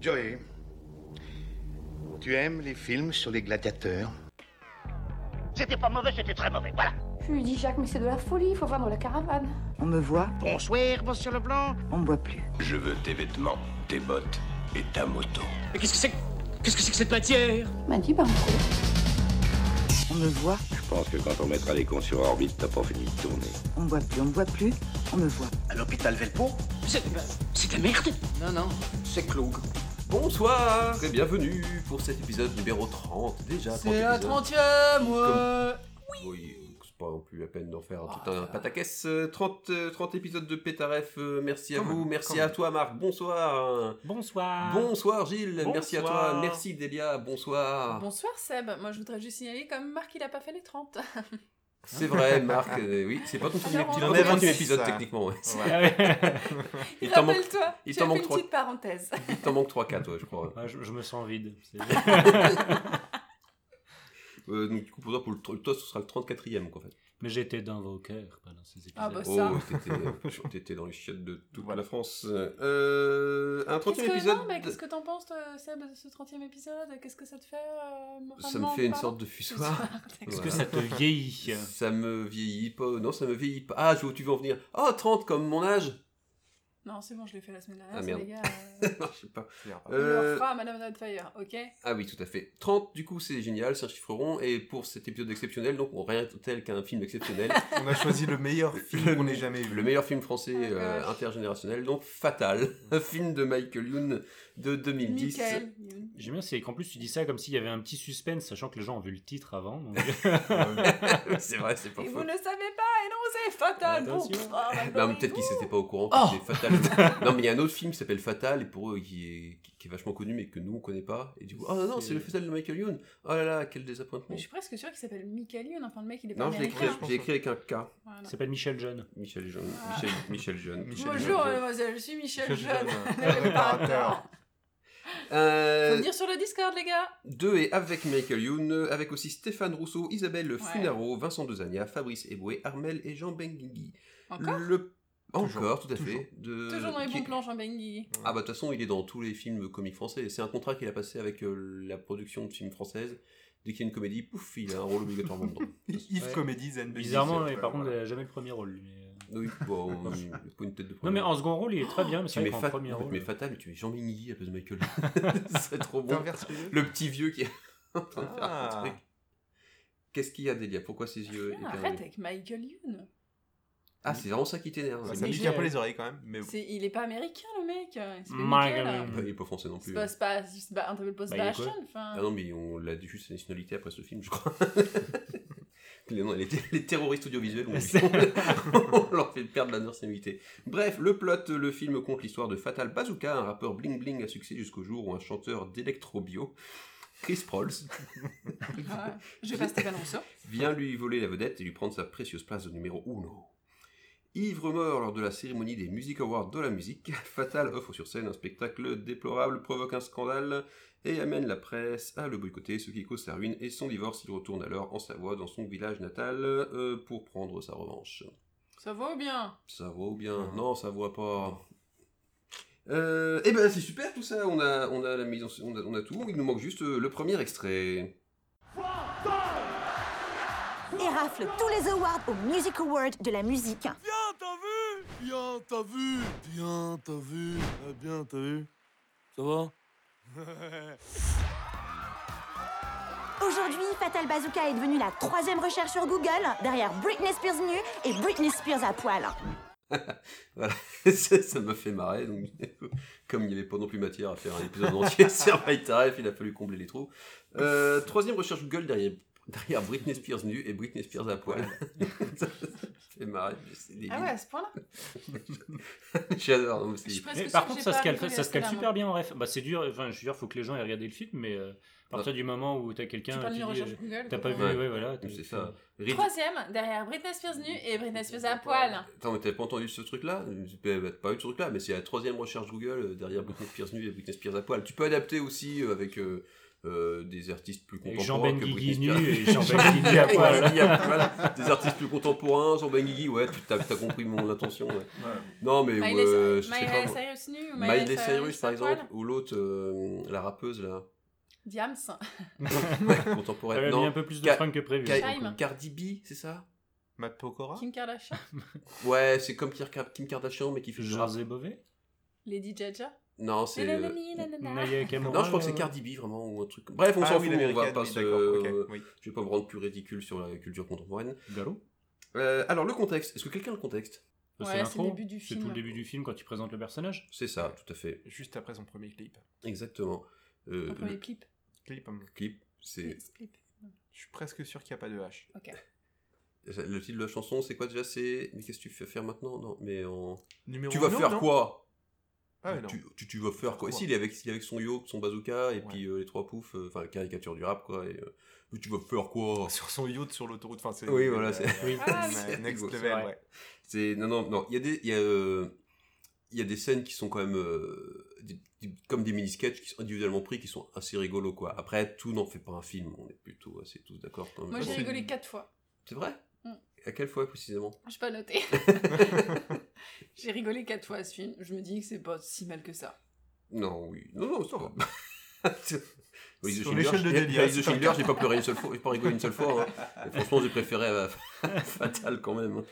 Joey, tu aimes les films sur les gladiateurs C'était pas mauvais, c'était très mauvais, voilà. Je lui dis, Jacques, mais c'est de la folie, il faut vendre la caravane. On me voit, Bonsoir, monsieur Leblanc. on me voit plus. Je veux tes vêtements, tes bottes et ta moto. Mais qu'est-ce que c'est que- Qu'est-ce que c'est que cette matière Il m'a dit, bah, on On me voit, Je pense que quand on mettra les cons sur orbite, t'as pas fini de tourner. on me voit plus, on me voit plus, on me voit. À l'hôpital Velpo C'est bah, c'est de la merde Non, non, c'est Cloug. Bonsoir et bienvenue pour cet épisode numéro 30 déjà. 30 C'est la épisodes. 30ème, ouais Ah, Oui, c'est pas non plus la peine d'en faire tout un pataquès. Euh, 30, euh, 30 épisodes de Pétaref, euh, merci à Quand vous, même, quand merci à même. toi Marc, bonsoir. Bonsoir Bonsoir Gilles, merci à Bonsoir. toi, merci Delia, bonsoir. Bonsoir Seb, moi je voudrais juste signaler comme Marc il a pas fait les 30. C'est vrai Marc, euh, oui, c'est pas ton Alors, épisode, on- Il en ton est 30e 26, épisode ça. techniquement. ouais. Ouais. Il t'en manque, Rappelle-toi, il j'ai t'en fait manque une trois. petite parenthèse. il t'en manque 3-4 toi je crois. Ah, je, je me sens vide. C'est- Euh, donc du coup pour toi, pour le, tr- toi ce sera le 34e quoi en fait. Mais j'étais dans vos cœurs pendant ces épisodes. Ah bah Oh, ça. t'étais- t'étais dans les chiottes de toute la France. Euh, un 30 Qu'est-ce que, épisode. non, mais de- qu'est-ce que t'en penses toi, Seb de ce 30 e épisode Qu'est-ce que ça te fait euh, Ça me moralement fait une parlant sorte de fussoir. D'accord. Est-ce Voilà. que ça te vieillit Ça me vieillit pas. Non, ça me vieillit pas. Ah, je vois où tu veux en venir. Oh, 30 comme mon âge. Non, c'est bon, je l'ai fait la semaine dernière, Ah, ça, merde. les gars. euh, non, Ah, je sais pas. On le Euh, refera à Madame Doubtfire, ok Ah oui, tout à fait. 30, du coup, c'est génial, c'est un chiffre rond. Et pour cet épisode exceptionnel, donc, on rien tel qu'un film exceptionnel. On a choisi le meilleur film qu'on ait jamais vu. Le meilleur film français Oh euh, gosh. intergénérationnel, donc Fatal, un film de Michael Youn de 2010. Michael. Youn. J'aime bien, c'est qu'en plus tu dis ça comme s'il y avait un petit suspense, sachant que les gens ont vu le titre avant. donc- c'est vrai, c'est pas Et faux. vous ne savez pas, et non, c'est fatal Bon, Attention. pff, ah, bah, Non, mais glorie, peut-être qu'ils ouh. s'étaient pas au courant que Oh c'était Fatal. non, mais il y a un autre film qui s'appelle Fatal, et pour eux, qui est, qui, qui est vachement connu, mais que nous, on connaît pas. Et du coup, oh non, non, c'est le Fatal de Michael Youn. Oh là là, quel Mais désappointement. je suis presque sûre qu'il s'appelle Michael Youn, enfin le mec il est pas Non, je l'ai écrit, américain. je l'ai écrit avec un K. Voilà. Il s'appelle Michel Jeune. Michel Jeune. Ah. Michel, Michel Jeune. Michel Bonjour euh, Jeune. mademoiselle, je suis Michel Michel Jeune, Jeune, le préparateur. préparateur. Faut Euh, venir sur le Discord, les gars. deux et avec Michael Youn, euh, avec aussi Stéphane Rousseau, Isabelle Ouais. Funaro, Vincent Dezania, Fabrice Eboué, Armel et Jean Benguigui. Encore Le... Toujours, Encore, tout à toujours. fait. De... Toujours dans les Euh, qui- bons plans, Jean Benguigui. Ah bah de toute façon, il est dans tous les films comiques français. C'est un contrat qu'il a passé avec euh, la production de films françaises. Dès qu'il y a une comédie, pouf, il a un rôle obligatoirement dedans. Yves Ouais. Comédie Zen Baby, Bizarrement, c'est- mais par contre, euh, voilà. il a jamais le premier rôle. lui, mais- euh. Oui, bon, on- il a pas une tête de Non, problème. mais en second rôle, il est très bien, mais tu c'est vrai mets, qu'en Fat- premier en fait, tu mets rôle. euh, Fatal et tu mets Jean Benguigui à place de Michael. C'est trop bon. T'inverses les deux Le petit vieux qui est en train de faire Ah. un truc. Qu'est-ce qu'il y a, Delia Pourquoi ses yeux Putain, écarnés Ah, arrête avec Michael Youn. Ah, c'est vraiment ça qui t'énerve. Ouais, Bah, Ça Mais pique j'ai- un peu les oreilles quand même, mais C'est- Il est pas américain, le mec. hein. Il s'appelle Michael Michael. Youn. Il est pas français non C'est plus. hein. pas, c'est pas, c'est pas un double post Bah, il est Bastien, quoi Ah enfin. non, mais on l'a dit juste sa nationalité après ce film, je crois. les, non, les, les terroristes audiovisuels, on, on leur fait perdre la nationalité. Bref, le plot, le film compte l'histoire de Fatal Bazooka, un rappeur bling bling à succès jusqu'au jour où un chanteur d'électro-bio, Chris Prolls, Ah, Je passe Stéphane Rousseau. vient lui voler la vedette et lui prendre sa précieuse place de numéro 1. Ivre mort lors de la cérémonie des Music Awards de la musique, Fatal offre sur scène un spectacle déplorable, provoque un scandale et amène la presse à le boycotter, ce qui cause sa ruine et son divorce. Il retourne alors en Savoie, dans son village natal, euh, pour prendre sa revanche. Ça va ou bien Ça vaut bien Non, ça voit pas. Euh, eh ben c'est super tout ça, on a, on a la mise en sc- on a, on a tout, il nous manque juste euh, le premier extrait. et rafle tous les awards au Music Award de la musique. Bien, t'as vu Bien, t'as vu Ah, Bien, t'as vu Ça va Aujourd'hui, Fatal Bazooka est devenue la troisième recherche sur Google, derrière Britney Spears nue et Britney Spears à poil. ça ça m'a fait marrer. Donc, comme il n'y avait pas non plus matière à faire un épisode entier sur My Taref, il a fallu combler les trous. Euh, troisième recherche Google derrière, derrière Britney Spears nue et Britney Spears à poil. ça, fait marrer. mais c'est débile. Ah ouais, à ce point-là J'adore. non, mais Je suis c'est- presque Mais sûre par que contre, j'ai ça se pas cale, rigolé à ça se cale celle-là, super moi. bien en ref. Bah, c'est dur, enfin, je veux dire, faut que les gens aient regardé le film, mais euh, à partir du moment où t'as quelqu'un. Tu parles qui d'une dit, recherche euh, Google. T'as pas vu, quoi. Bah, Ouais. ouais, voilà. t'as- C'est ça. Rid- Troisième, derrière Britney Spears nue et Britney Spears à poil. Attends, mais t'avais pas entendu ce truc-là Bah, bah, T'as pas eu ce truc-là, mais c'est la troisième recherche Google euh, derrière Britney Spears nue et Britney Spears à poil. Tu peux adapter aussi euh, avec euh, euh, des artistes plus Avec contemporains. Jean Benguigui Guigui nu et Jean Benguigui à poil. Des artistes plus contemporains, Jean Benguigui, ouais, tu t'as t'as compris mon intention. ouais. Non, mais. Miley- euh, je sais pas, Miley moi. Cyrus nu ou Miley Miley Cyrus, Cyrus par à poil exemple, ou l'autre, euh, la rappeuse, là. Diams. Ah. Ouais, contemporaine. Elle a non. mis un peu plus de Ca- fringues que prévu. Ca- Time. Cardi B, c'est ça Matt Pokora Kim Kardashian. Ouais, c'est comme Kim Car- Kim Kardashian, mais qui fait du rap. José Bové Lady Jaja. Non, c'est. euh, Nanani, nanana. Naya euh, Kamura. Non, je crois que c'est Cardi B, vraiment, ou un truc. Bref, on Ah s'en oui, fout, on va l'américaine, pas oui, se. euh, d'accord, ok, oui. Je vais pas me rendre plus ridicule sur la culture contemporaine. Gallo Euh, alors, le contexte. Est-ce que quelqu'un a le contexte Ça, Ouais, c'est l'intro. le début du C'est film. tout le début du film quand il présente le personnage. C'est ça, tout à fait. Juste après son premier clip. Exactement. Euh, Enfin, le les clips. Clip, hum. clip, c'est. Clips, clips. je suis presque sûr qu'il n'y a pas de H. Le titre de la chanson, c'est quoi déjà C'est. Mais qu'est-ce que tu fais faire maintenant Non, mais en. Numéro Tu vas non, faire non quoi hein Ah ouais, non. tu, tu, tu vas faire quoi Quoi S'il est avec, s'il est avec son yoke, son bazooka, et Ouais. puis euh, les trois poufs, euh, enfin, la caricature du rap, quoi. Et, euh, mais tu vas faire quoi Sur son yacht sur l'autoroute. Enfin, c'est. Oui, voilà, euh, c'est- euh, Oui. Ah, oui. euh, Next C'est level, vrai. ouais. C'est non non non, il y a des il y a euh, il y a des scènes qui sont quand même euh, des- des- comme des mini sketchs qui sont individuellement pris qui sont assez rigolos quoi. Après tout n'en fait pas un film, on est plutôt assez tous d'accord quand même. Moi, Ah, j'ai c'est- rigolé quatre fois. C'est vrai Mm. À quelle fois précisément Je pas noté. j'ai rigolé quatre fois à ce film. Je me dis que c'est pas si mal que ça. Non, oui. Non non, ça va. Rise Sur Schindler, l'échelle de j'ai- délire, Rise de c'est Schindler, j'ai pas pleuré une seule fois, j'ai pas rigolé une seule fois. hein. Et franchement, j'ai préféré euh, Fatal quand même. hein.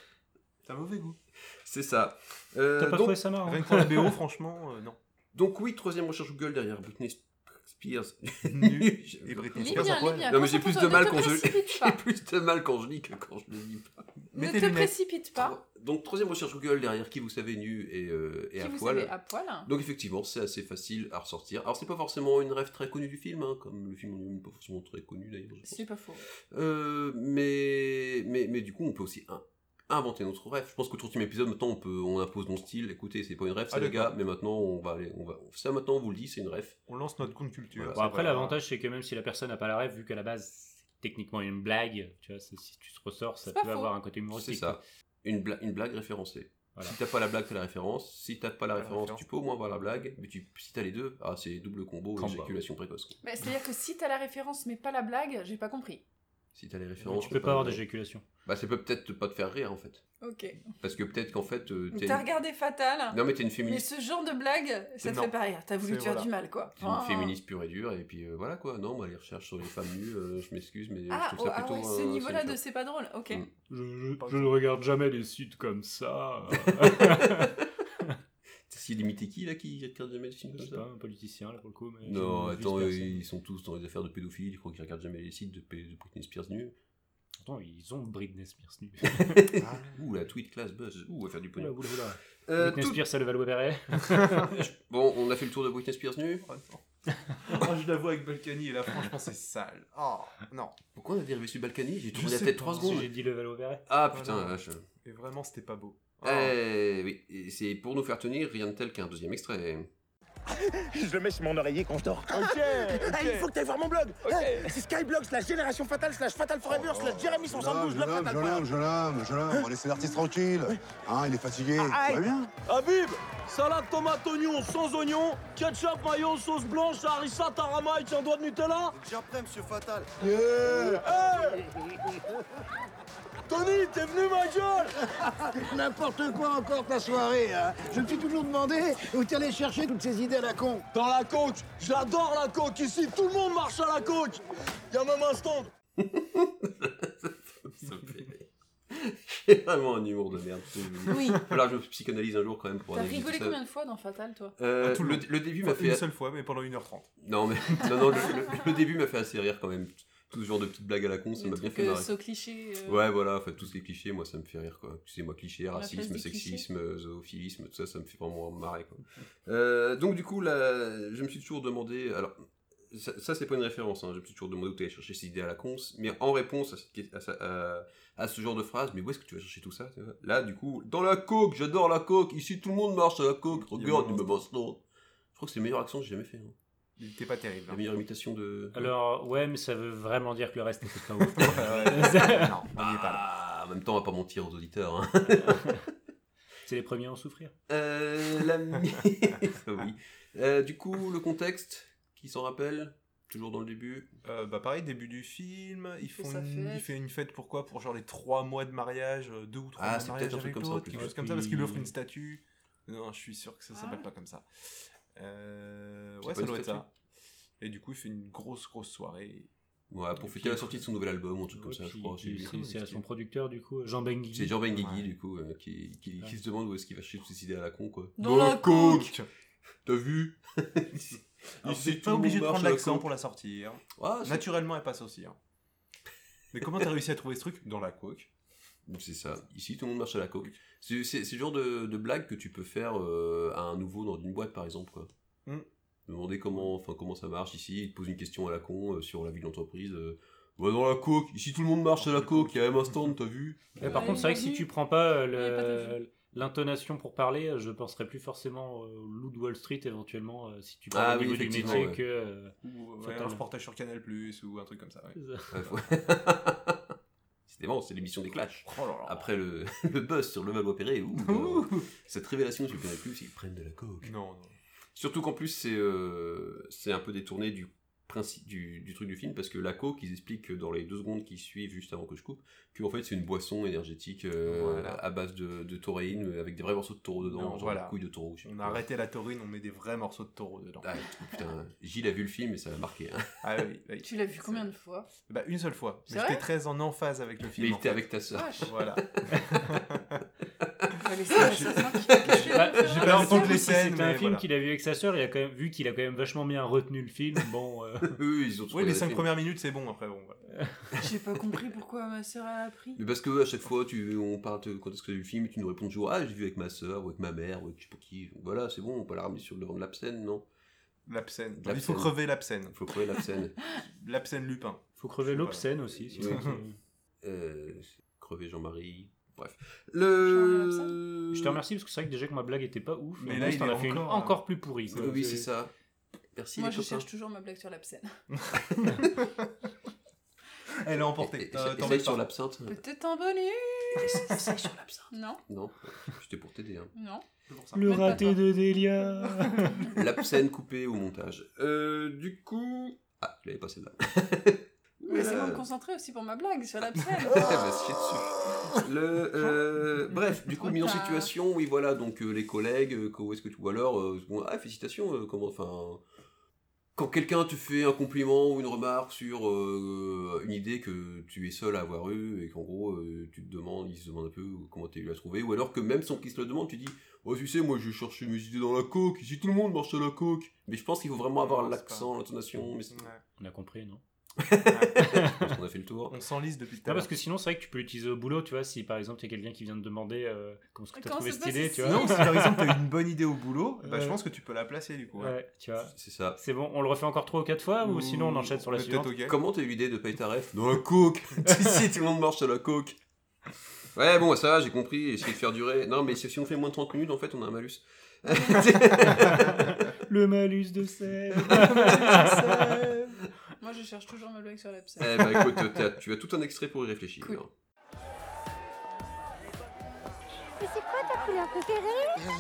T'as mauvais goût. C'est ça. Euh, T'as pas donc- trouvé ça marrant hein Rien que pour la BO, franchement, euh, non. donc oui, troisième recherche Google derrière Britney Spears. Nu et Britney Lis Spears à bien, lis poil. bien. Non, mais j'ai plus de Concentre-toi, mal ne te quand je- précipite J'ai pas. plus de mal quand je lis que quand je le lis pas. Ne Mets tes te lunettes. précipite pas. Donc, troisième recherche Google derrière qui vous savez nu et, euh, et Qui à vous poil. hein. savez ah. à poil. Donc, effectivement, c'est assez facile à ressortir. Alors, c'est pas forcément une rêve très connue du film, hein, comme le film en lui-même n'est pas forcément très connu d'ailleurs. je pense. C'est pas faux. Euh, mais, mais, mais du coup, on peut aussi in- inventer notre rêve. Je pense qu'au 30 épisode, maintenant, on, peut, on impose nos styles. Écoutez, c'est pas une rêve, c'est Ah, les d'accord. gars, mais maintenant, on va aller. On va... Ça, maintenant, on vous le dit, c'est une rêve. On lance notre compte culture. Voilà. Bon, c'est après, vrai. l'avantage, c'est que même si la personne n'a pas la rêve, vu qu'à la base, c'est techniquement une blague, tu vois, c'est- si tu te ressors, ça C'est peut pas faux. avoir un côté C'est humoristique. ça. Une, bla- une blague référencée. Voilà. Si t'as pas la blague, t'as la référence. Si t'as pas la La référence, référence. tu peux au moins voir la blague. Mais tu, si t'as les deux, ah, c'est double combo, Combo. éjaculation précoce. quoi. Bah, C'est-à-dire que si t'as la référence mais pas la blague, j'ai pas compris. Si t'as les Donc, références. tu peux pas avoir la- d'éjaculation. Bah, ça peut peut-être pas te faire rire en fait. Ok. Parce que peut-être qu'en fait. euh, t'es T'as une... regardé Fatal. Non, mais t'es une Mais féministe. ce genre de blague, ça te Non. fait pas rire. T'as voulu C'est- te faire voilà. du mal, quoi. t'es une Ah. féministe pure et dure, et puis euh, voilà quoi. Non, moi, les recherches sur les femmes nues, euh, je m'excuse, mais Ah, je oh, trouve ça ah plutôt. ouais, euh, ce c'est niveau-là de méchant. c'est pas drôle. Ok. Mm. Je, ne regarde jamais les sites comme ça. C'est limité qui là qui regarde jamais les films Je comme sais pas, ça un politicien là pour le coup. Mais Non, j'ai vu attends, ce euh, personne. ils sont tous dans les affaires de pédophilie, je crois qu'ils regardent jamais les sites de, pé- de Britney Spears nue. Pourtant, ils ont Britney Spears nu. Ouh, la tweet class buzz. Ouh, on va faire du Oula, pognon. oula, oula. Euh, Britney tout- Spears, c'est le Valois-Perret. Bon, on a fait le tour de Britney Spears nu. Oh, non. Oh, je la vois avec Balkany et là, franchement, c'est sale. Oh, non. Pourquoi on a dérivé sur Balkany J'ai tourné Je la sais tête pas. 3 Si secondes. j'ai dit le Valois-Perret. Ah putain, Voilà. la vache. Et vraiment, c'était pas beau. Oh. Eh oui, et c'est pour nous faire tenir rien de tel qu'un deuxième extrait. Je le mets sur mon oreiller quand je dors. ok. Ah, il faut que t'ailles voir mon blog. Eh, c'est Skyblog slash Génération Fatale slash Fatal Forever slash Jérémy 72 blog homme, Fatal jeune Forever. homme, jeune homme, jeune homme, on laisse l'artiste tranquille. Hein, il est fatigué. Ah, Tout va bien. Habib, salade tomate oignon sans oignon, ketchup mayo sauce blanche, harissa tarama et tiens doigt de Nutella. Déjà prêt, monsieur Fatal. Yeah Tony, t'es venu ma gueule N'importe quoi encore ta soirée. hein. Je me suis toujours demandé où t'es allé chercher toutes ces idées à la con. Dans la coque, j'adore la coque ici, tout le monde marche à la coque. Y'a même un stand. Ça me fait rire. J'ai vraiment un humour de merde. je vous le dis. Oui. Voilà, je me psychanalyse un jour quand même pour T'as analyser rigolé tout ça. combien de fois dans Fatal, toi Euh, Ah, tout le, le le début m'a Une fait. seule fois, mais pendant 1h30. Non, mais. Non, non, le, le- le début m'a fait assez rire quand même. Tout ce genre de petites blagues à la con, ça Les m'a bien trucs, fait euh, marrer. sauts clichés, euh, Ouais, voilà, en fait, tous les clichés, moi, ça me fait rire, quoi. Tu sais, moi, clichés, place racisme, des sexisme, zoophilisme, tout ça, ça me fait vraiment marrer, quoi. Euh, donc, du coup, là, je me suis toujours demandé... Alors, ça, ça, c'est pas une référence, hein, je me suis toujours demandé où t'allais chercher cette idée à la con, mais en réponse à, cette ques- à ça- à- à ce genre de phrase, mais où est-ce que tu vas chercher tout ça tu vois Là, du coup, dans la coke, j'adore la coke, ici, tout le monde marche à la coke, Il y a regarde, même il un me bosse, non Je crois que c'est le meilleur accent que j'ai jamais fait, hein. Il était pas terrible. La hein. meilleure imitation de... Alors, ouais, mais ça veut vraiment dire que le reste n'était pas ouf. Ouais, ouais. non, on n'y est pas là. Ah, en même temps, on va pas mentir aux auditeurs, hein. C'est les premiers à en souffrir. Euh, la... mi- oui. Euh, du coup, le contexte, qui s'en rappelle Toujours dans le début. Euh, bah pareil, début du film, ils fait font sa une, fête. il fait une fête pourquoi Pour genre les trois mois de mariage, euh, deux ou trois Ah, mois c'est de peut-être mariage un truc avec comme ça, en l'autre, plus. quelque chose comme ça, parce qu'il Oui. lui offre une statue. Non, je suis sûr Ah. que ça s'appelle pas comme ça. Euh, C'est ouais, pas ça une doit être statue ça. Et du coup, il fait une grosse, grosse soirée. Ouais, pour Et fêter puis- la sortie de son nouvel album, un truc comme Ouais, ça, je puis- crois. puis c'est- C'est c'est à son producteur, du coup, Jean Benguigui. C'est Jean Benguigui, Ouais. du coup, euh, qui, qui, Ouais. qui se demande où est-ce qu'il va se suicider à la con, quoi. Dans la coke T'as vu Alors, sait c'est Ah, pas tout, obligé de marche prendre à la l'accent coke. pour la sortir. Ah, c'est- Naturellement, elle passe aussi. hein. Mais comment t'as réussi à trouver ce truc Dans la coque. C'est ça. Ici, tout le monde marche à la coque. C'est c'est- c'est le genre de, de blague que tu peux faire euh, à un nouveau dans une boîte, par exemple. Quoi. Mm. Demander comment, enfin, comment ça marche ici. Il te pose une question à la con euh, sur la vie de l'entreprise. euh, Ouais, dans la coque. Ici, tout le monde marche à la coque. Il y a même un stand, t'as vu Ouais, par Ouais, contre, c'est vrai que il si a tu vu. prends pas euh, Ouais, pas le- de l'intonation pour parler, euh, je penserais plus forcément euh, au loup de Wall Street éventuellement euh, si tu parles Ah au oui, niveau du effectivement, métier ouais. que. euh, Ou ouais, Totalement. un reportage sur Canal Plus ou un truc comme ça. ouais. Ouais, faut- C'était bon, c'est l'émission des Clash. Oh là là. Après le, le buzz sur Levallois-Perret, ouh, Ouh. cette révélation sur Canal Plus, ils prennent de la coke. Non, non. Surtout qu'en plus, c'est euh, c'est un peu détourné du principe du, du truc du film parce que la coke, ils expliquent dans les deux secondes qui suivent juste avant que je coupe que en fait c'est une boisson énergétique euh, Voilà. à base de, de tauréine mais avec des vrais morceaux de taureau dedans, Non, genre voilà. des couilles de taureau. je sais On plus a quoi. arrêté la taurine, on met des vrais morceaux de taureau dedans. Ah, putain, Gilles a vu le film et ça l'a marqué. hein. Ah oui, oui. Tu l'as vu combien de fois Bah une seule fois. C'est Mais vrai j'étais très en emphase avec le film. Mais il en était fait. avec ta soeur. Vache, Voilà. on va laisser la Bah, J'ai j'ai pas l'impression entendu que les si scènes, C'était un mais film voilà. qu'il a vu avec sa sœur. Il a quand même vu qu'il a quand même vachement bien retenu le film. Bon, euh, Eux, ils ont tous Ah. Oui, les regardé cinq le film. premières minutes, c'est bon. Après, bon. voilà. J'ai pas compris pourquoi ma sœur elle a appris. Mais parce que à chaque fois, tu, on parle de quand est-ce que t'as vu le film, et tu nous réponds toujours Ah, j'ai vu avec ma soeur, ou avec ma mère, ou avec je sais pas qui. Voilà, c'est bon, on peut la ramener sur le devant de l'absène, non L'absène. L'absène. Il faut crever l'absène. Il faut trouver l'absène. L'absène Lupin. faut crever l'obscène aussi. sinon, Ouais. c'est- euh, crever Jean-Marie. Bref. Jean-Marie Le. Je te remercie parce que c'est vrai que déjà que ma blague était pas ouf. Mais en là, plus, il t'en est as fait une encore- encore plus pourrie. quoi. Oui, c'est ça. Merci Moi les je copains. cherche toujours ma blague sur l'absène. Elle est Et- emportée. et- Euh, Eh, essaye- t'en essaye mets sur pas. l'absinthe. Peut-être un bonus Essaye sur l'absinthe. Non, Non, c'était pour t'aider. hein. non. C'est pour ça. Le Même pas raté toi. de Delia. L'absinthe coupée au montage. Euh, du coup. Ah, je l'avais pas celle-là. Mais c'est Euh, bon de concentrer aussi pour ma blague sur l'absède. Eh ben, se chier dessus. Le, euh, bref, du coup, Trop mis en tard. situation, oui, voilà, donc euh, les collègues, euh, où est-ce que tu. Ou alors, euh, bon, ah, félicitations, euh, comment. Enfin. Quand quelqu'un te fait un compliment ou une remarque sur euh, une idée que tu es seul à avoir eue et qu'en gros, euh, tu te demandes, il se demande un peu comment tu l'as trouvé, ou alors que même sans qu'il se le demande, tu dis Oh, tu sais, moi, je cherchais mes idées dans la coque, ici tout le monde marche à la coque. Mais je pense qu'il faut vraiment avoir Non, c'est l'accent, l'intonation, mais c'est- Ouais. On a compris, non Ouais. je pense qu'on a fait le tour. On s'enlise depuis tout à Non, parce l'heure. que sinon, c'est vrai que tu peux l'utiliser au boulot, tu vois. Si par exemple, il y a quelqu'un qui vient te demander euh, comment est-ce que t'as Comment trouvé se cette passe idée, ici tu vois. Non, si par exemple t'as une bonne idée au boulot, bah, Ouais. je pense que tu peux la placer du coup. ouais. Ouais, tu vois. C'est ça. C'est bon, on le refait encore 3 ou 4 fois ou sinon on enchaîne sur la peut-être suivante au gag. Comment t'as eu l'idée de payer ta ref Dans la coke Si, si, tout le monde marche à la coke Ouais, bon, ça, va, j'ai compris, essayez de faire durer. Non, mais si on fait moins de 30 minutes, en fait, on a un malus. Le malus de Seb Moi je cherche toujours ma blague sur l'absède. eh ben, écoute, t'as- tu as tout un extrait pour y réfléchir. Cool. hein. Mais c'est quoi ta couleur préférée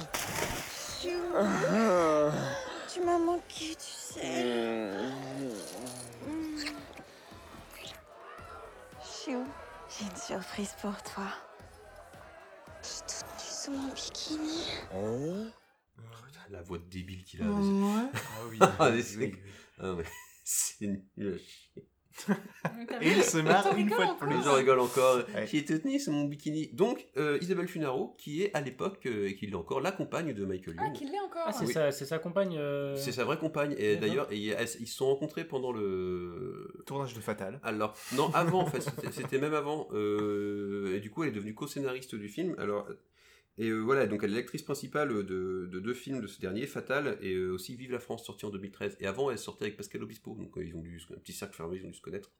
Tu m'as manqué, tu sais. Chou, j'ai une surprise pour toi. Je suis toute nue sous mon bikini. Putain, Ah, La voix de débile qu'il a. Mmh. Ah oui. Ah, mais oui, c'est- oui, Ah, mais c'est nul. Euh, Et il se marre Attends, une rigole fois de encore. plus. Les gens rigolent encore. Ouais. Qui est tenue, c'est mon bikini. Donc, euh, Isabelle Funaro, qui est à l'époque, euh, et qui l'est encore, la compagne de Michael Ah, Youn. qu'il l'est encore Ah, c'est Oui. sa, c'est sa compagne euh, c'est sa vraie compagne. Et D'accord. d'ailleurs, et elles- ils se sont rencontrés pendant le, Tournage de Fatal. Alors, non, avant, en fait, c'était- c'était même avant. euh, et du coup, elle est devenue co-scénariste du film. Alors, et euh, voilà, donc elle est l'actrice principale de, de deux films de ce dernier, Fatal, et euh, aussi Vive la France, sorti en 2013. Et avant, elle sortait avec Pascal Obispo, donc euh, ils ont dû, se- un petit cercle fermé, ils ont dû se connaître.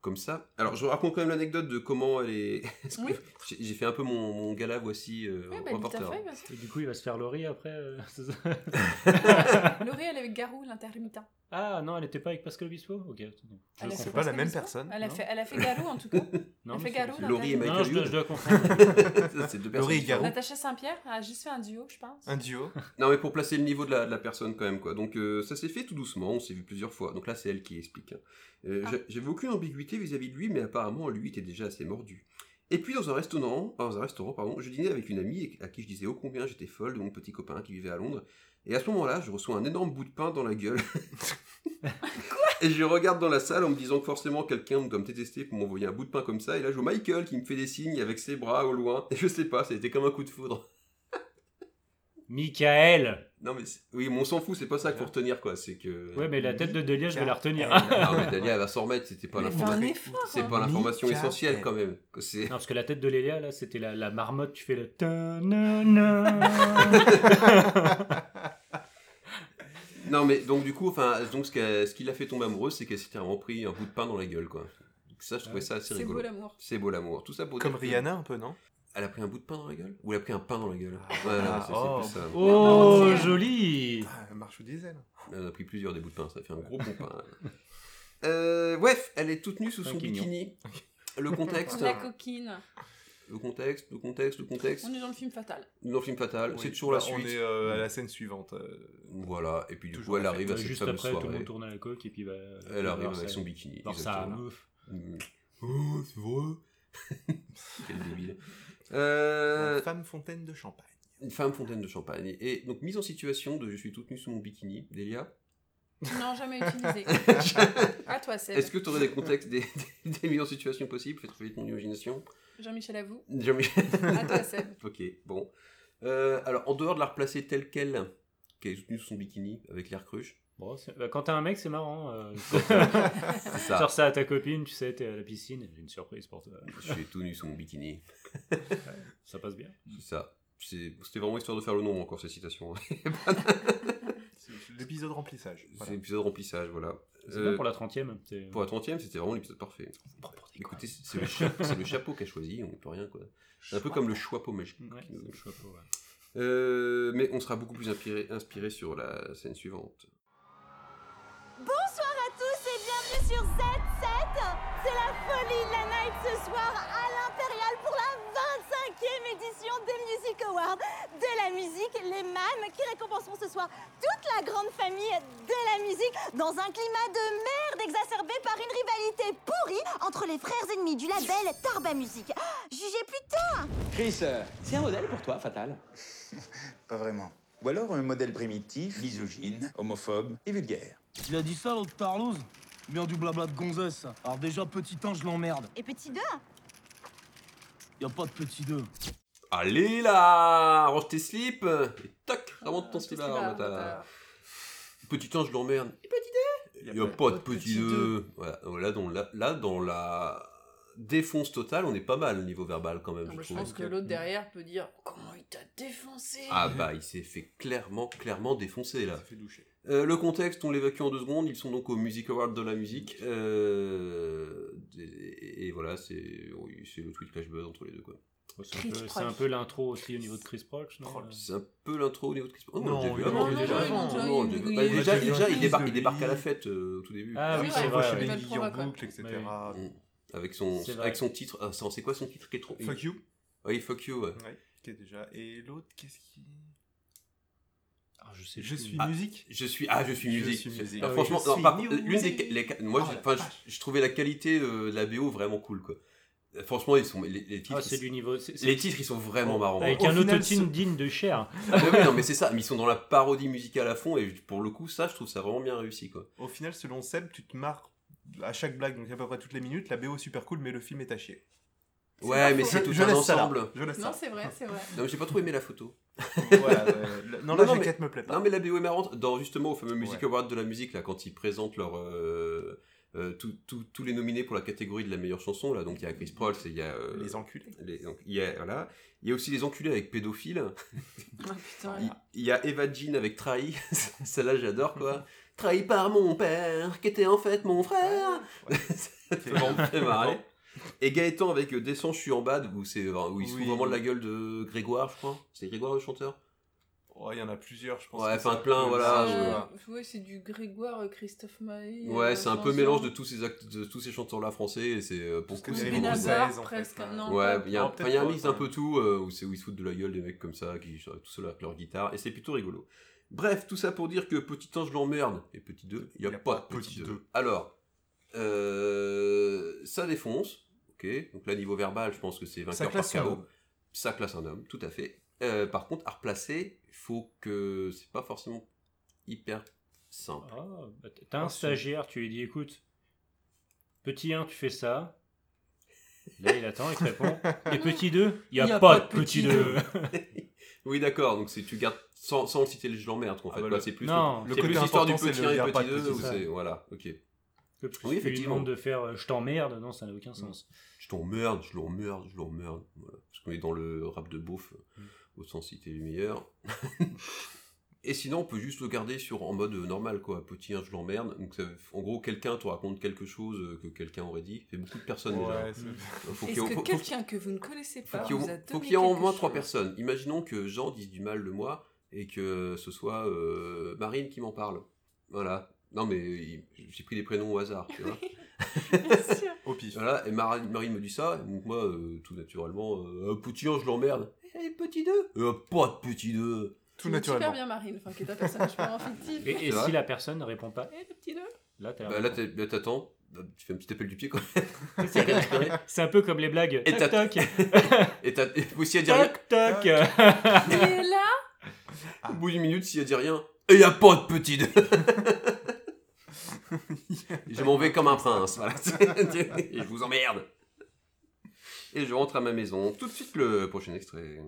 Comme ça. Alors, je raconte quand même l'anecdote de comment elle est. parce que Oui. j'ai- J'ai fait un peu mon, mon gala, voici, euh, Ouais, bah, tout reporter. à fait. parce que- Et du coup, il va se faire Laurie après. euh, c'est ça Laurie, elle est avec Garou, l'intermittent. Ah non, elle n'était pas avec Pascal Obispo Ok. Elle a fait C'est Pascal Obispo Elle a, fait, elle a fait Garou en tout cas. Non, elle mais fait Garou. c'est- dans Laurie ta et vie. Michael Non, je dois, Youn. je dois confondre. Ça, c'est deux Laurie personnes. Garou. Natacha Saint-Pierre a juste fait un duo, je pense. Un duo. Non, mais pour placer le niveau de la, de la personne quand même, quoi. Donc euh, ça s'est fait tout doucement, on s'est vu plusieurs fois. Donc là, c'est elle qui explique. hein. Euh, Ah. j'a- J'avais aucune ambiguïté vis-à-vis de lui, mais apparemment, lui était déjà assez mordu. Et puis dans un restaurant, dans un restaurant pardon, je dînais avec une amie à qui je disais ô combien j'étais folle de mon petit copain qui vivait à Londres. Et à ce moment-là, je reçois un énorme bout de pain dans la gueule. et je regarde dans la salle en me disant que forcément quelqu'un doit me détester pour m'envoyer un bout de pain comme ça. Et là, je vois Michael qui me fait des signes avec ses bras au loin. Et je sais pas, ça a été comme un coup de foudre. Michael Non mais c'est- oui, mais on s'en fout, c'est pas ça qu'il faut retenir quoi, c'est que. bah. Ah Ouais, mais la tête de Delia, je vais la retenir. Michael. Non mais Dalia elle va s'en remettre, c'était pas Mais fais un l'information. effort. C'est hein. pas l'information Michael. essentielle quand même. que C'est. Non, parce que la tête de Lélia, là, c'était la, la marmotte, tu fais le... ta- na- na. Non mais donc du coup, enfin, donc ce qu'a- ce qui l'a fait tomber amoureuse, c'est qu'elle s'était vraiment pris un bout de pain dans la gueule quoi. Donc ça, je trouvais ça assez C'est beau rigolo. l'amour. C'est beau l'amour. Tout ça pour Comme dire que- Rihanna un peu, non Elle a pris un bout de pain dans la gueule Ou elle a pris un pain dans la gueule Ah. Voilà, c'est- c'est Oh. plus ça. Oh, joli ah, Elle marche au diesel. Elle en a pris plusieurs des bouts de pain, ça fait un gros bon pain. Euh, bref, elle est toute nue sous Un son guignon. bikini. Le contexte, La coquine. le contexte, le contexte, le contexte. On est dans le film fatal. Dans le film fatal, Oui. c'est toujours la Bah, suite. On est euh, à la scène suivante. euh, Voilà, et puis du Toujours coup elle la arrive à Bah, cette Juste fameuse après, tout le soirée. monde tourne à la coque et puis... Bah, Elle arrive Barça- avec son bikini. Barça, exactement. meuf. Mm. Oh, c'est vrai Quel débile. Euh, Femme fontaine de champagne. une femme fontaine de champagne. Et donc mise en situation de je suis toute nue sous mon bikini, Delia. Non, jamais utilisé. à toi, Seb. Est-ce que tu aurais des contextes, des, des, des mises en situation possibles Fais trouver ton imagination. Jean-Michel, à vous. Jamais- À toi, Seb. ok, bon. Euh, alors en dehors de la replacer telle qu'elle, qu'elle est toute nue sous son bikini avec l'air cruche. Bon, c'est- bah, quand t'as un mec, c'est marrant. euh, Bah. C'est Tu ça. sors ça à ta copine, tu sais, t'es à la piscine, j'ai une surprise pour toi. Je suis tout nu sous mon bikini. Ça passe bien. C'est ça. C'est- C'était vraiment histoire de faire le nombre encore ces citations. C'est L'épisode remplissage. C'est Voilà. l'épisode remplissage, voilà. C'est Euh, bien pour la 30ème. c'est- pour la 30e, c'était vraiment l'épisode parfait. Écoutez, c'est c'est le, cha- c'est le chapeau qu'a choisi, on ne peut rien quoi. C'est un peu comme le chapeau magique. Ouais, c'est le choix pour, ouais. Euh, mais on sera beaucoup plus inspiré, inspiré sur la scène suivante. Bonsoir à tous et bienvenue sur Z7 C'est la folie de la night ce soir à l'Impérial pour la 25e édition des Music Awards de la musique, les MAM, qui récompenseront ce soir toute la grande famille de la musique dans un climat de merde exacerbé par une rivalité pourrie entre les frères ennemis du label Tarba Music. Jugez plutôt Chris, euh, c'est un modèle pour toi, Fatal Pas vraiment. Ou alors un modèle primitif, misogyne, homophobe et vulgaire Il a dit ça, l'autre tarlouse Bien du blabla de gonzesse. Alors déjà, petit 1, je l'emmerde. Et petit 2 Y a pas de petit 2. Allez là Range tes slips Et toc Remonte ton C'est slip là, là. euh, Petit temps, je l'emmerde. Et petit dé Il n'y a pas de petit dé. Voilà, donc là, dans la, là, dans la défonce totale, on est pas mal au niveau verbal quand même, non, je mais Je trouve. pense que l'autre derrière peut dire Comment il t'a défoncé Ah bah, il s'est fait clairement, clairement défoncer là. Ça fait doucher. Euh, le contexte, on l'évacue en deux secondes. Ils sont donc au Music Award de la musique. Euh, et, et voilà, c'est oui, c'est le tweet clash buzz entre les deux quoi. Ouais, C'est un Chris peu- c'est Proch. un peu l'intro aussi au niveau de Chris Proch, non C'est un peu l'intro au niveau de Chris Brown. Non, on l'a déjà Oh, vu non, avant. non, non, Déjà, non, avant. non, Non, on l'a il- déjà- il- bah, il- déjà- il- déjà, il- il débarque, de il débarque à la lui. fête euh, au tout début. Ah oui, Ouais, c'est vrai. il faut ouais. chez les- Billy en Belfort, quoi. boucle, etc. Mm. Avec son, C'est vrai. avec son titre. ah, c'est c'est quoi son titre qui est trop. Fuck you. Oui, fuck you. ouais. Ouais, qui est déjà. Et l'autre, qu'est-ce qui. Ah, je sais Je plus. suis Ah, musique. Je suis ah je suis Je musique. suis musique. Ah, Ah oui, franchement, je non, suis par contre, musique. l'une des, les ca- moi, Oh, j'ai- la enfin, vache. je, je trouvais la qualité euh, de la BO vraiment cool quoi. Euh, Franchement, ils sont les, les titres. Ah, c'est du niveau. c'est- Ah, c'est- Les titres, ils sont vraiment marrants. hein. Avec Au un final, autotune ce- digne de chair. Ah, mais oui, non, mais c'est ça. Mais ils sont dans la parodie musicale à fond et pour le coup, ça, je trouve ça vraiment bien réussi quoi. Au final, selon Seb, tu te marres à chaque blague, donc à peu près toutes les minutes. La BO est super cool, mais le film est à chier. C'est pas Ouais, mais faux. c'est Je- tout je un laisse ça là. ensemble. Je laisse Non, ça. c'est vrai, c'est vrai. Non, mais j'ai pas trop aimé la photo. Voilà, euh, le- non, Non, la non, jaquette me plaît pas. Non, mais la BO est marrante. Dans justement au fameux Music Ouais. Award de la musique, là, quand ils présentent leur. euh, euh, tous- tous- tous les nominés pour la catégorie de la meilleure chanson, là, donc il y a Chris Prolls, et il y a. euh, Les enculés. les- donc, il y a, voilà. Il y a aussi les enculés avec pédophiles. Ah, putain, Il, il y a Eva Jean avec trahi. Celle-là, j'adore, quoi. Trahi par mon père, qui était en fait mon Ah. frère. Ouais. Ça fait vraiment très marrer. Et Gaëtan avec euh, Descends, je suis en bad, où, c'est, euh, où ils se font Oui. vraiment de la gueule de Grégoire, je crois. C'est Grégoire le chanteur Oh, il y en a plusieurs, je pense. Ouais, que enfin, c'est- plein, voilà, c'est- je- voilà. Ouais, c'est du Grégoire euh, Christophe Maé. Ouais, c'est un peu mélange de tous ces actes, de tous ces chanteurs-là français, et c'est euh, pour Parce que le coup, c'est c'est- Benabar, Benabar, en fait, presque. ouais. Non, Ouais, pas- il y a, Non, enfin, il y a un peut-être mix pas, un ouais. peu tout, euh, où, c'est- où ils se foutent de la gueule des mecs comme ça, qui sont tout seuls avec leur guitare, et c'est plutôt rigolo. Bref, tout ça pour dire que Petit Ange l'emmerde, et Petit 2, il n'y a, pas de Petit 2. Alors, euh, ça défonce, ok, donc là niveau verbal, je pense que c'est Ça vainqueur par classe son KO. homme. Ça classe un homme, tout à fait. Euh, par contre, à replacer, il faut que c'est pas forcément hyper simple. Ah, bah, T'as un stagiaire, tu lui dis écoute, petit 1, tu fais ça. Là, il attend, il te répond. Et petit 2, il n'y a, pas de petit 2. Ah, oui, d'accord, donc c'est- tu gardes sans, sans le citer les je l'emmerde, en fait. Ah bah, quoi, le- c'est plus, non. le- Le c'est côté plus l'histoire du important, c'est petit le 1 et y a pas petit de 2. petit ou deux. c'est- Voilà, ok. Que plus Oui, tu lui effectivement. Mm. demandes de faire euh, je t'emmerde, non, ça n'a aucun sens. Je t'emmerde, je l'emmerde, je l'emmerde. Voilà. Parce qu'on est dans le rap de beauf, Mm. au sens cité le meilleur. Et sinon, on peut juste le garder sur, en mode normal, quoi. Petit 1, je l'emmerde. Donc, ça- en gros, quelqu'un te raconte quelque chose euh, que quelqu'un aurait dit. C'est beaucoup de personnes déjà. Ouais, c'est- Faut qu'il y Est-ce ait- faut- que faut- quelqu'un que vous ne connaissez faut pas qu'il y vous ait- a faut donné qu'il y ait au quelque moins trois chose personnes. Imaginons que Jean dise du mal de moi et que ce soit euh, Marine qui m'en parle. Voilà. Non, mais il- j'ai pris des prénoms au hasard, tu vois. Au pif. Voilà, et Marine, Marine me dit ça, et donc moi, euh, tout naturellement, euh, Ah, petit un, je l'emmerde. Eh, petit 2 Euh, pas de petit deux. Tout naturellement. Super bien Marine, enfin qui est un personnage vraiment fictif. Et, et C'est vrai. si la personne ne répond pas, Eh, le petit 2 là, t'as la Bah, là, réponse. t'es- là, t'attends, Bah, tu fais un petit appel du pied quand C'est même. comme- C'est un peu comme les blagues. Et Toc, t'as- toc. et t'as et aussi, elle dit rien. Toc, toc. Ah, Et là, Au bout d'une minute, si elle dit rien, et y a pas de petit deux. je m'en vais comme un prince, voilà. et je vous emmerde. Et je rentre à ma maison. Tout de suite, le prochain extrait.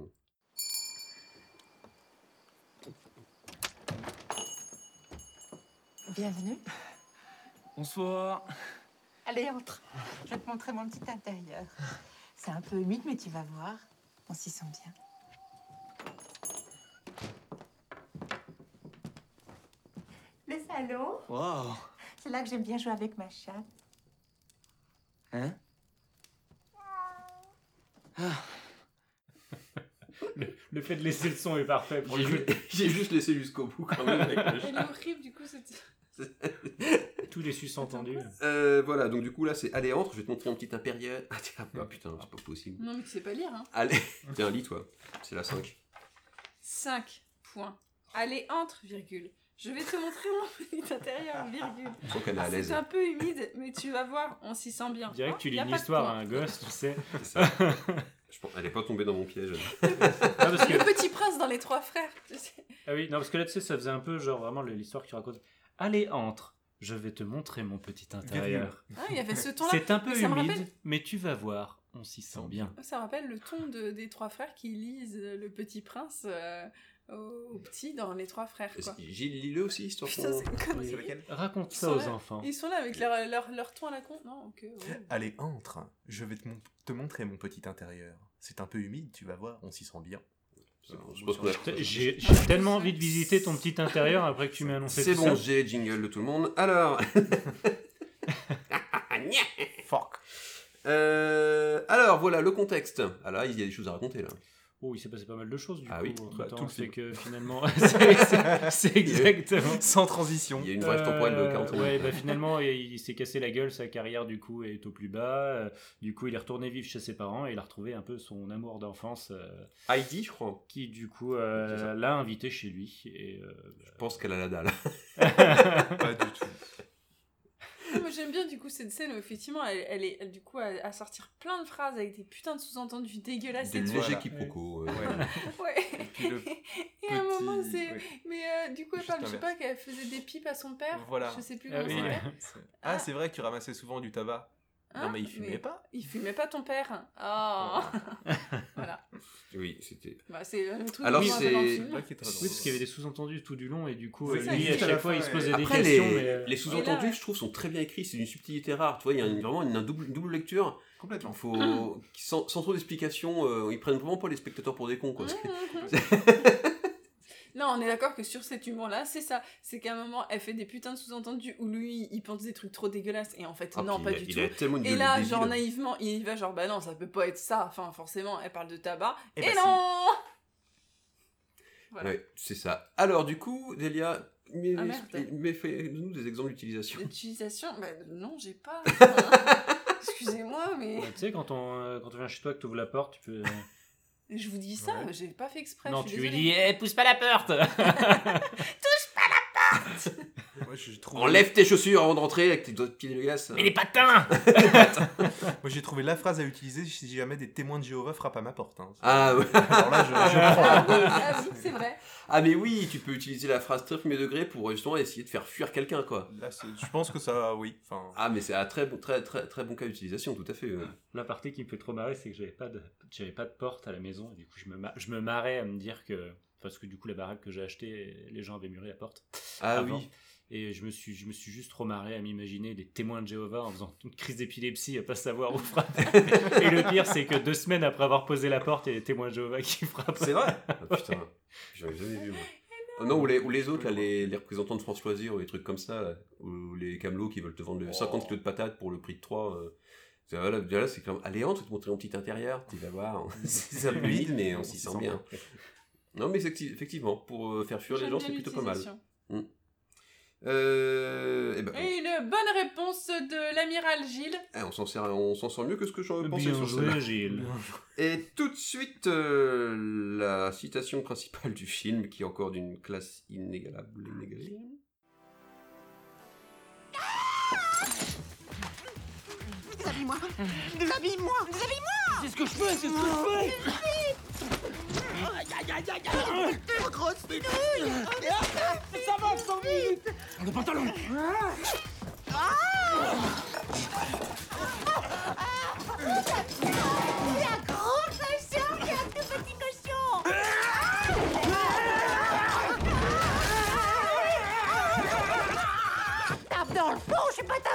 Bienvenue. Bonsoir. Allez, entre. Je vais te montrer mon petit intérieur. C'est un peu humide, mais tu vas voir. On s'y sent bien. Le salon, Waouh. c'est là que j'aime bien jouer avec ma chatte. Hein Le, le fait de laisser le son est parfait. pour le J'ai coup. ju- j'ai juste laissé jusqu'au bout quand même. avec le elle est horrible du coup cette... Tous les sus-entendus. Euh, voilà, donc du coup là c'est allez entre, je vais te montrer un petit impérial. Ah tiens, ah, putain, c'est pas possible. Non mais tu sais pas lire hein. Allez, tiens, lis toi, c'est la 5. 5 points. Allez, entre, virgule. Je vais te montrer mon petit intérieur, virgule. Je sens qu'elle est à Ah, C'est l'aise. un peu humide, mais tu vas voir, on s'y sent bien. Direct, tu Hein, lis y a une pas de histoire à points. un gosse, tu sais. C'est ça. Je pense- Elle est pas tombée dans mon piège. Ah, parce que- Le petit prince dans les trois frères, tu sais. Ah oui, non, parce que là, tu sais, ça faisait un peu genre vraiment l'histoire que tu racontes. Allez, entre, je vais te montrer mon petit intérieur. Ah, il y avait ce ton-là. C'est un peu Mais ça me humide, rappelle- mais tu vas voir, on s'y sent bien. Ça me rappelle le ton de- des trois frères qui lisent euh, Le Petit Prince euh, au, au petit dans Les Trois Frères. Est-ce Quoi. que- Gilles, lis-le aussi, histoire Putain, qu'on- c'est une connerie. C'est laquelle Raconte Ils ça sont aux là- enfants. Ils sont là avec leur, leur, leur ton à la con. Non, ok. oh. Allez, entre. Je vais te, mon- te montrer mon petit intérieur. C'est un peu humide, tu vas voir, on s'y sent bien. Je pense qu'on a- J'ai j'ai tellement envie de visiter ton petit intérieur après que tu m'aies annoncé C'est tout ça. bon, j'ai jingle de tout le monde. Alors. Fuck. Euh, alors voilà le contexte. Ah là, il y a des choses à raconter là. Oh, il s'est passé pas mal de choses du Ah coup oui, entre bah, tout temps. le C'est film. que finalement, c'est- c'est- c'est exactement. Sans transition. Il y a une brève temporelle de 40 Ouais, minutes. bah finalement, il, il s'est cassé la gueule, sa carrière du coup est au plus bas. Euh, Du coup, il est retourné vivre chez ses parents et il a retrouvé un peu son amour d'enfance. euh, Heidi, je crois. Qui du coup euh, C'est ça. l'a invité chez lui. Et, euh, bah, Je pense qu'elle a la dalle. Pas du tout. Non, Moi j'aime bien du coup cette scène où effectivement elle, elle est elle, du coup à, à sortir plein de phrases avec des putains de sous-entendus dégueulasses Des et tout. légers quiproquos. euh, Ah, Ouais. Et puis le Et à un petit- moment c'est. ouais. Mais euh, du coup elle Juste parle, je sais inverse. pas, qu'elle faisait des pipes à son père. Voilà. Je sais plus Ah, comment ça s'appelle. Ah, c'est vrai que tu ramassais souvent du tabac. Hein non, mais il fumait pas. Il fumait pas ton père. Ah Voilà. Oui, c'était. Bah, c'est le truc Alors le moins dans le c'est. film. Oui, parce qu'il y avait des sous-entendus tout du long et du coup, Oui, euh, c'est lui, juste à à la chaque fois, fin, il se ouais. posait des Après, questions. les, mais, euh, les Et là, sous-entendus, ouais. je trouve, sont très bien écrits. C'est d'une subtilité rare. Tu vois, il y a une- vraiment une, un double, une double lecture. Complètement. Faut, sans, sans trop d'explications, euh, ils prennent vraiment pas les spectateurs pour des cons. Quoi. Là, on est d'accord que sur cet humour-là, c'est ça. C'est qu'à un moment, elle fait des putains de sous-entendus où lui, il pense des trucs trop dégueulasses. Et en fait, Ah, non, puis pas il a- du il tout. a tellement une et gueule de là, débile. genre naïvement, il y va genre, Eh ben, bah, bah non, ça peut pas être ça. Enfin, forcément, elle parle de tabac. Eh Et, bah, si. non Voilà. Ouais, c'est ça. Alors, du coup, Delia, mais, Ah, merde. mais fais-nous des exemples d'utilisation. L'utilisation, bah non, j'ai pas. Excusez-moi, mais Ouais, tu sais, quand on, euh, quand on vient chez toi, que tu ouvres la porte, tu peux. je vous dis ça, Ouais. j'ai pas fait exprès. non, je tu suis lui dis, désolée. Eh, pousse pas la porte Moi, j'ai trouvé- Enlève tes chaussures avant d'entrer avec tes doigts de pied de glace. Mais les patins Moi, j'ai trouvé la phrase à utiliser si jamais des témoins de Jéhovah frappent à ma porte. hein. Ah ouais. Alors là, je, je prends. Ah oui, ah oui, c'est vrai. Ah mais oui, tu peux utiliser la phrase très premier degré pour justement essayer de faire fuir quelqu'un quoi. Là, c'est- je pense que ça, oui. Enfin, Ah mais c'est un très bon, très très très bon cas d'utilisation, tout à fait. ouais. La partie qui me fait trop marrer, c'est que j'avais pas de, j'avais pas de porte à la maison. Et du coup, je me, ma- je me marrais à me dire que, parce que du coup, la baraque que j'ai achetée, les gens avaient muré la porte. Ah avant. oui. Et je me suis, je me suis juste trop marré à m'imaginer des témoins de Jéhovah en faisant une crise d'épilepsie à pas savoir où frapper. et le pire, c'est que deux semaines après avoir posé la porte, il y a des témoins de Jéhovah qui frappent. C'est vrai. Ah, putain, j'en ai jamais vu. moi. Oh non, ou les, ou les autres, là, les, les représentants de France Loisirs ou les trucs comme ça, là, ou les camelots qui veulent te vendre le 50 kilos de patates pour le prix de 3. euh, c'est- voilà, déjà là, c'est comme, allez, entre te montrer mon petit intérieur, tu vas voir, c'est un peu vide, mais Mm. on s'y sent bien. Non, mais c'est- effectivement, pour euh, faire fuir les J'aime gens, bien c'est plutôt pas mal. l'utilisation. Mm. Euh, eh ben, Et une bonne réponse de l'amiral Gilles. eh, on s'en sert, on s'en sort mieux que ce que j'en pensais Bien sur joué, celle-là. Gilles. Et tout de suite, euh, la citation principale du film, qui est encore d'une classe inégalable. inégalée. Déshabille-moi Déshabille-moi Déshabille-moi C'est ce que je fais, c'est ce que je fais Aïe, aïe, aïe, aïe, aïe Trop grosse bidouille Et hop, Ça va, sans minutes Le pantalon La grande cochon et un tout petit cochon Tape dans le fond, je suis pas ta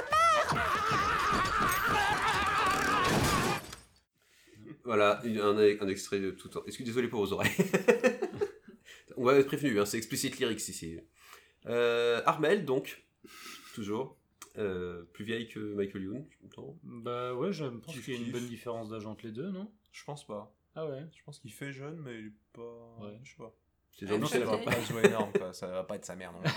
Voilà, une- un, un extrait de tout temps. Excusez, désolé pour vos oreilles. On va être prévenu, hein, c'est explicite lyrique ici. Euh, Armel, donc, toujours, euh, plus vieille que Michael Youn, je comprends. Bah ouais, je pense Kiff, qu'il y a une kiff. bonne différence d'âge entre les deux, non je pense pas. Ah ouais. Je pense qu'il fait jeune, mais il est pas. Ouais. Je sais pas. Ah, C'est Non, ça Jean-Michel va Apathy. pas jouer énorme, quoi. Ça va pas être sa mère non plus.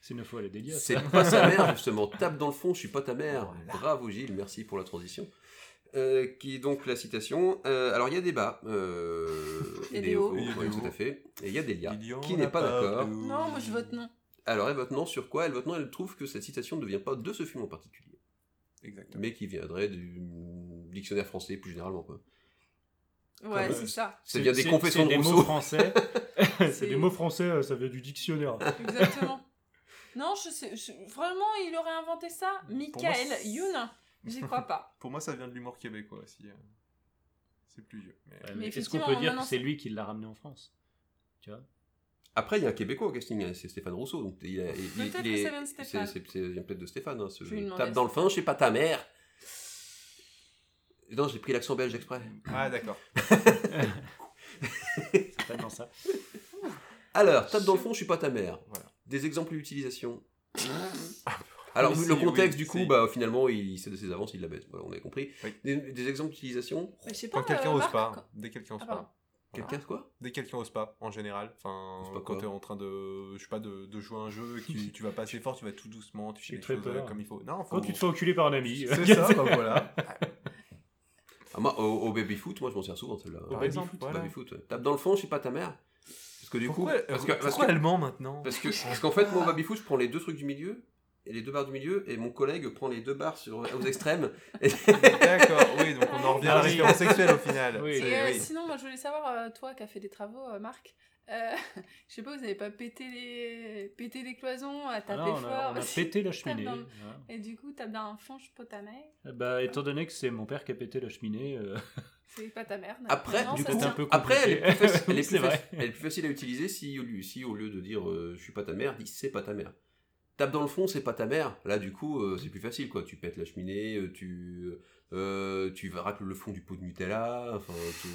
C'est une fois les délire. C'est ça. pas sa mère, justement. Tape dans le fond, je suis pas ta mère. Bravo Gilles, merci pour la transition. Euh, qui est donc la citation. Euh, alors il y a débat. Euh, Il y a et des hauts. ouais, Il y a des tout hauts. à fait. Et il y a Delia, Il y en qui n'est a pas d'accord. de- Non, moi je vote non. Alors elle vote non sur quoi Elle vote non, elle trouve que cette citation ne vient pas de ce film en particulier, Exactement. mais qui viendrait du dictionnaire français plus généralement. Quoi. Ouais, euh, c'est ça. Ça vient des c'est- confessions c'est de des Rousseau. mots français. c'est C'est- des mots français, euh, ça vient du dictionnaire. Exactement. non, je sais. je- Vraiment, il aurait inventé ça Michael c'est- Youn J'y crois pas. Pour moi, ça vient de l'humour québécois aussi. euh. C'est plus vieux. mais- Ouais, Mais mais Euh, Est-ce qu'on effectivement, peut on dire que annonce- c'est lui qui l'a ramené en France Tu vois Après il y a un Québécois au casting, hein, c'est Stéphane Rousseau. Donc il, a- il- il- Peut-être il que est- ça vient de Stéphane. c'est- c'est- c'est- il vient peut-être de Stéphane. hein, ce- Je vais lui demander Tape à dans le fin, je sais pas ta mère. Non, j'ai pris l'accent belge exprès. Ah, d'accord. C'est pas dans ça. Alors, tape dans le fond, je suis pas ta mère. Voilà. Des exemples d'utilisation. Alors, Oui, le si, contexte, oui, du coup, si. bah, finalement, il sait de ses avances, il la baisse. Voilà, on a compris. Oui. Des, des exemples d'utilisation. Mais je sais pas. Quand quelqu'un euh, ose Marc, pas. quand- Dès quelqu'un ose Ah, pas. pardon. Quelqu'un, quoi Dès quelqu'un ose pas, en général. Enfin, Ose pas quoi quand t'es en train de, je sais pas, de, de jouer à un jeu, que tu, tu vas pas assez fort, tu vas tout doucement, tu fais J'ai les très choses peur. euh, comme il faut. Non, Quand faut- tu te fais enculer par un ami. C'est ça, bah voilà. Ah, moi, au, au baby-foot, moi, je m'en sers souvent, celle-là. Au Par baby-foot, exemple, voilà. baby-foot, ouais. Tape dans le fond, je suis pas ta mère. Parce que du Pourquoi, coup... Parce que, parce euh, pourquoi que- allemand maintenant parce que- parce qu'en fait, moi, au baby-foot, je prends les deux trucs du milieu, et les deux barres du milieu, et mon collègue prend les deux barres sur, aux extrêmes. Et- D'accord, oui, donc on en revient à la Ah oui. référence sexuelle au final. Oui. C'est- Et, euh, oui. Sinon, moi je voulais savoir, euh, toi qui as fait des travaux, euh, Marc, euh, je sais pas, vous avez pas pété les, pété les cloisons, à Ah taper non, on, a, fort on a aussi. pété la Tape cheminée. dans le- Voilà. Et du coup, t'as bien un fond, je peux ta mère. Bah, étant donné que c'est mon père qui a pété la cheminée, euh, C'est pas ta mère. Après, non, du ça coup, se un tient. peu compliqué. Après, elle est plus, faci- elle est C'est plus faci- vrai. elle est plus facile à utiliser si, au lieu- si au lieu de dire euh, je suis pas ta mère, dis c'est pas ta mère. Tape dans le fond, c'est pas ta mère. Là, du coup, euh, c'est plus facile, quoi. Tu pètes la cheminée, euh, tu, euh, tu racles le fond du pot de Nutella. Enfin, tout-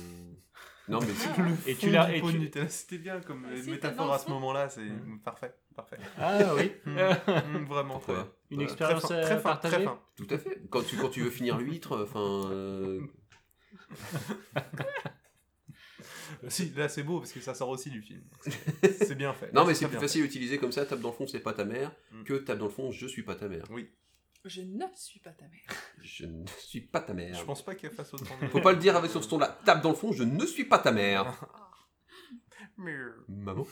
Non, mais c'est- Et Fond tu l'as. du et pot de tu- Nutella, C'était bien comme Ah, euh, si, t'as dans métaphore le à ce fond. moment-là, c'est Mm. Mhm. parfait, parfait. Ah oui. Mhm, mhm, vraiment très Pourquoi bien. Une Voilà, expérience euh, très fin, à très partager fin, très fin. tout à fait. Quand tu, quand euh, tu veux finir l'huître, enfin. euh, si, là c'est beau parce que ça sort aussi du film. C'est bien fait. Non, mais c'est plus très bien Mm. facile fait. à utiliser comme ça, tape dans le fond, c'est pas ta mère, que tape dans le fond, je suis pas ta mère. Oui. Je ne suis pas ta mère. Je ne suis pas ta mère. Je pense pas qu'elle fasse autant de. Faut pas le dire avec sur ce ton-là. Tape dans le fond, je ne suis pas ta mère. euh, Maman.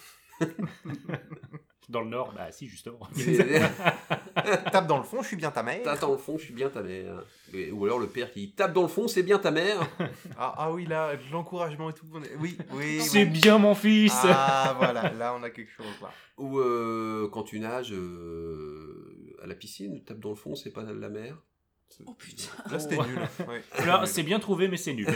Dans le Nord, bah si, justement. Tape dans le fond, je suis bien ta mère. Tape dans le fond, je suis bien ta mère. Et- ou alors le père qui dit, tape dans le fond, c'est bien ta mère. Ah, ah oui, là, de l'encouragement et tout. on est- Oui, oui. C'est oui. bien mon fils. Ah voilà, là on a quelque chose là. Ou euh, quand tu nages euh, à la piscine, tape dans le fond, c'est pas la mer. Oh putain. Là c'était Oh. nul. hein. Ouais. Là, c'est bien trouvé, mais c'est nul.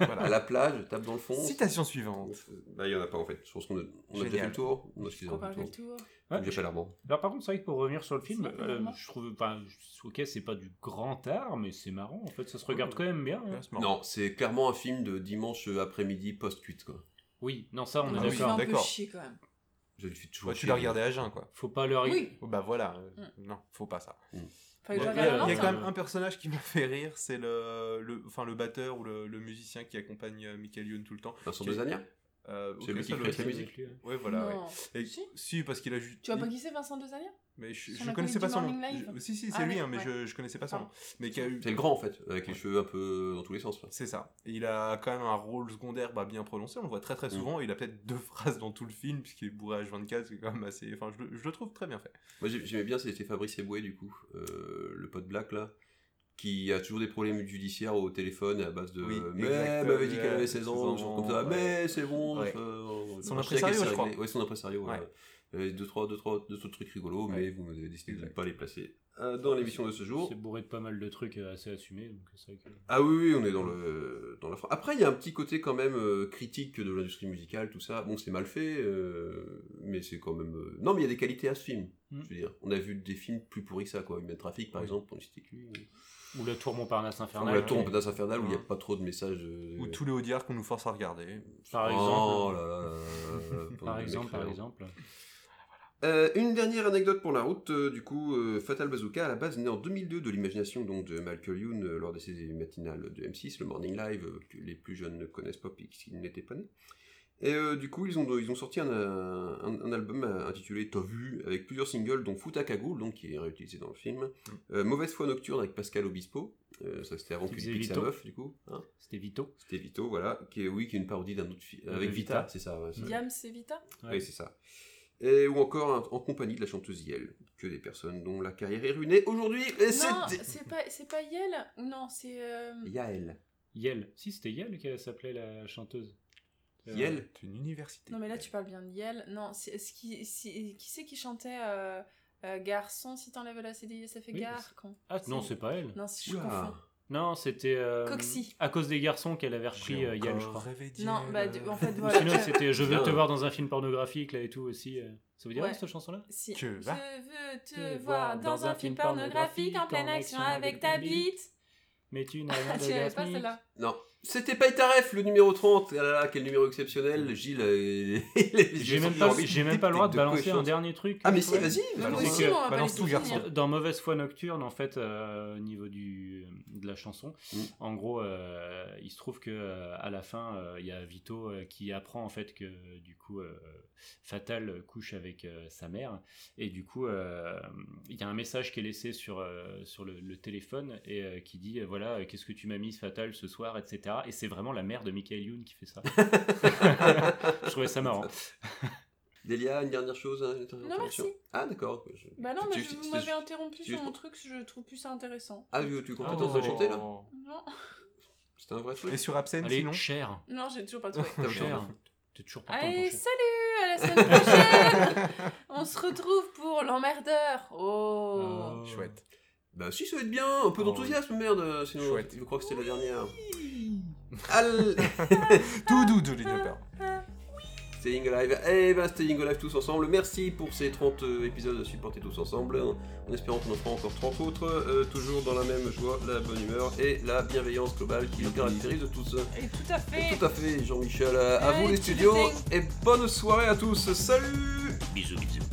À la plage, tape dans le fond. Citation suivante. Bah, il y en a pas en fait. Je pense qu'on a, on a Génial. déjà fait le tour. On a suffisamment qu'on fait a le fait le tour. tour. Donc, J'ai pas l'arbre. Alors par contre, c'est vrai que pour revenir sur le film, C'est euh, vraiment- je trouve, enfin, je- ok, c'est pas du grand art, mais c'est marrant. En fait, ça se regarde quand même bien. hein. Non, c'est clairement un film de dimanche euh, après-midi post-cuite quoi. Oui, non, ça, on Ah est oui, d'accord. Un peu D'accord. chier quand même. Je le fais toujours. Bah, tu chier, l'as mais- regardé à jeun quoi. Faut pas leur. Oui. Oh, Bah voilà, euh, Mm. non, faut pas ça. Fallait que Il y je a, regarde il y a l'autre, quand hein. même un personnage qui m'a fait rire, c'est le, le, enfin, le batteur ou le, le musicien qui accompagne euh, Michael Youn tout le temps. Vincent Qui- Desagna euh, C'est ok, lui ça qui doit crée être la lui. musique. hein. Ouais, voilà. Non. ouais. Et- Si. si, parce qu'il a juste. Tu vois pas qui c'est Vincent Desania Mais je, Sur je la connaissais pas son comédie nom. Morning Live Je- si, si, c'est Ah lui, ouais, hein, mais ouais. je, je connaissais pas son nom. Mais qui a eu. C'est le grand en fait, avec les cheveux un peu dans tous les sens. là. C'est ça. Et il a quand même un rôle secondaire bah, bien prononcé, on le voit très très souvent. Il a peut-être deux phrases dans tout le film, puisqu'il est bourré H24, c'est quand même assez. Enfin, je, le- je le trouve très bien fait. Moi j'ai- j'aimais bien, c'était Fabrice Eboué du coup, euh, le pote black là, qui a toujours des problèmes judiciaires au téléphone à base de Oui, Mais exact, elle m'avait dit euh, qu'elle avait 16 ans, 16 genre comme ça, ans, ouais. mais c'est bon. Ouais. enfin, on- Son on sait qu'elle impresario, s'est je crois. réglée. Ouais, son impresario, ouais. Ouais. Euh, deux, trois, deux, trois, deux, trois trucs rigolos, mais vous avez décidé de ne pas les placer euh, dans Ouais, l'émission de ce jour. C'est bourré de pas mal de trucs euh, assez assumés. donc c'est vrai que- Ah oui, oui, on est dans le dans la fin. Après, il y a un petit côté quand même euh, critique de l'industrie musicale, tout ça. Bon, c'est mal fait, euh, mais c'est quand même. euh, Non, mais il y a des qualités à ce film. Mm. Je veux dire, on a vu des films plus pourris que ça, quoi. Human Traffic, par Oui. exemple, pour ne citer que lui. euh, Ou la tour Montparnasse Ou infernale. la tombe d'As Infernal, où il n'y a Ouais. pas trop de messages. euh, Ou tous les Audiards qu'on nous force à regarder. Par Oh exemple. là là là là là, Par pauvre exemple, mec, par vraiment. exemple. Euh, une dernière anecdote pour la route, euh, du coup, euh, Fatal Bazooka, à la base né en 2002 de l'imagination donc de Michael Youn euh, lors de ses matinales de M6, le Morning Live, euh, que les plus jeunes ne connaissent pas puisqu'ils n'étaient pas nés. Et euh, du coup, ils ont, ils ont sorti un, euh, un- un album euh, intitulé T'as vu avec plusieurs singles, dont Futa Cagoule, donc qui est réutilisé dans le film, euh, Mauvaise foi nocturne avec Pascal Obispo, euh, ça c'était avant Qui qu'il faisait pique sa Vito. meuf, du coup. hein. C'était Vito. c'était Vito, voilà, qui est, oui, qui est une parodie d'un autre film, De avec Vita, Vita. c'est ça. ouais, Mm. c'est- Diam Sevita oui, c'est ça. Et, ou encore en en compagnie de la chanteuse Yel, que des personnes dont la carrière est ruinée aujourd'hui. Et Non, c'est c'est pas, c'est pas Yel Non, c'est. euh, Yael. Yel. Si, c'était Yel qu'elle s'appelait la chanteuse. Euh, Yel C'est une université. Non, mais là, tu parles bien de Yel. Non, c'est ce qui, c'est- qui c'est qui chantait euh, euh, Garçon, si t'enlèves la CDI, ça fait Oui, gare c'est- quand- Ah non, c'est pas elle. Non, c'est- je Oula. confonds. Non, c'était. euh, Coxy. À cause des garçons qu'elle avait repris euh, Yel, je crois. Non, bah, de- en fait, Ou voilà. sinon, que- c'était Je veux Bien. te voir dans un film pornographique, là et tout aussi. euh. Ça vous dirait Ouais. cette chanson-là Si. Que Je va veux te voir dans un film pornographique en pleine action avec ta bite. Mais tu n'as rien Ah, de tu l'avais pas gasnique. celle-là Non, c'était pas Itaref, le numéro 30. Ah là là, quel numéro exceptionnel. Gilles, euh, il est- Mm. J'ai il même est pas, envie de j'ai même pas le droit de détecter balancer quelque un chose. dernier truc. euh, Ah, mais Ouais. si, vas-y, Non, balance. mais si, on va pas balance les tout, soutenir. garçon. Dans Mauvaise foi nocturne, en fait, euh, au niveau du, de la chanson, Mm. en gros, euh, il se trouve que euh, à la fin, euh, il y a Vito euh, qui apprend en fait que du coup, euh, Fatal couche avec euh, sa mère, et du coup, euh, il y a un message qui est laissé sur euh, sur le, le téléphone et euh, qui dit euh, voilà, euh, qu'est-ce que tu m'as mis Fatal ce soir, etc. Et c'est vraiment la mère de Michael Youn qui fait ça. Je trouvais ça marrant. Delia, une dernière chose hein, une intervention merci. Ah, d'accord. Je- Bah non, tu- mais tu- je- vous tu- m'avez interrompu tu- sur mon truc, je trouve plus ça intéressant. Ah, tu tu compétence de chanter là Non, C'était un vrai truc. Et sur Absinthe, Allez, sinon cher, non j'ai toujours pas trouvé. T'as le cher. temps. T'es toujours partant pour Allez, cher. salut À la semaine prochaine On se retrouve pour l'emmerdeur Oh Oh. Chouette. Bah si, ça va être bien, un Ah, peu Oh, d'enthousiasme, merde, euh, sinon Chouette. je crois que c'était la dernière. Al- Ah. Tout doux, Johnny Hopper. Staying Alive, eh ben Staying Alive tous ensemble, merci pour ces 30 euh, épisodes supportés tous ensemble, en, en espérant qu'on en fera encore 30 autres, euh, toujours dans la même joie, la bonne humeur et la bienveillance globale qui nous caractérise tous. Et tout à fait Tout à fait, Jean-Michel, euh, à Ouais, vous les tu le studios, sais. et bonne soirée à tous, salut Bisous, bisous.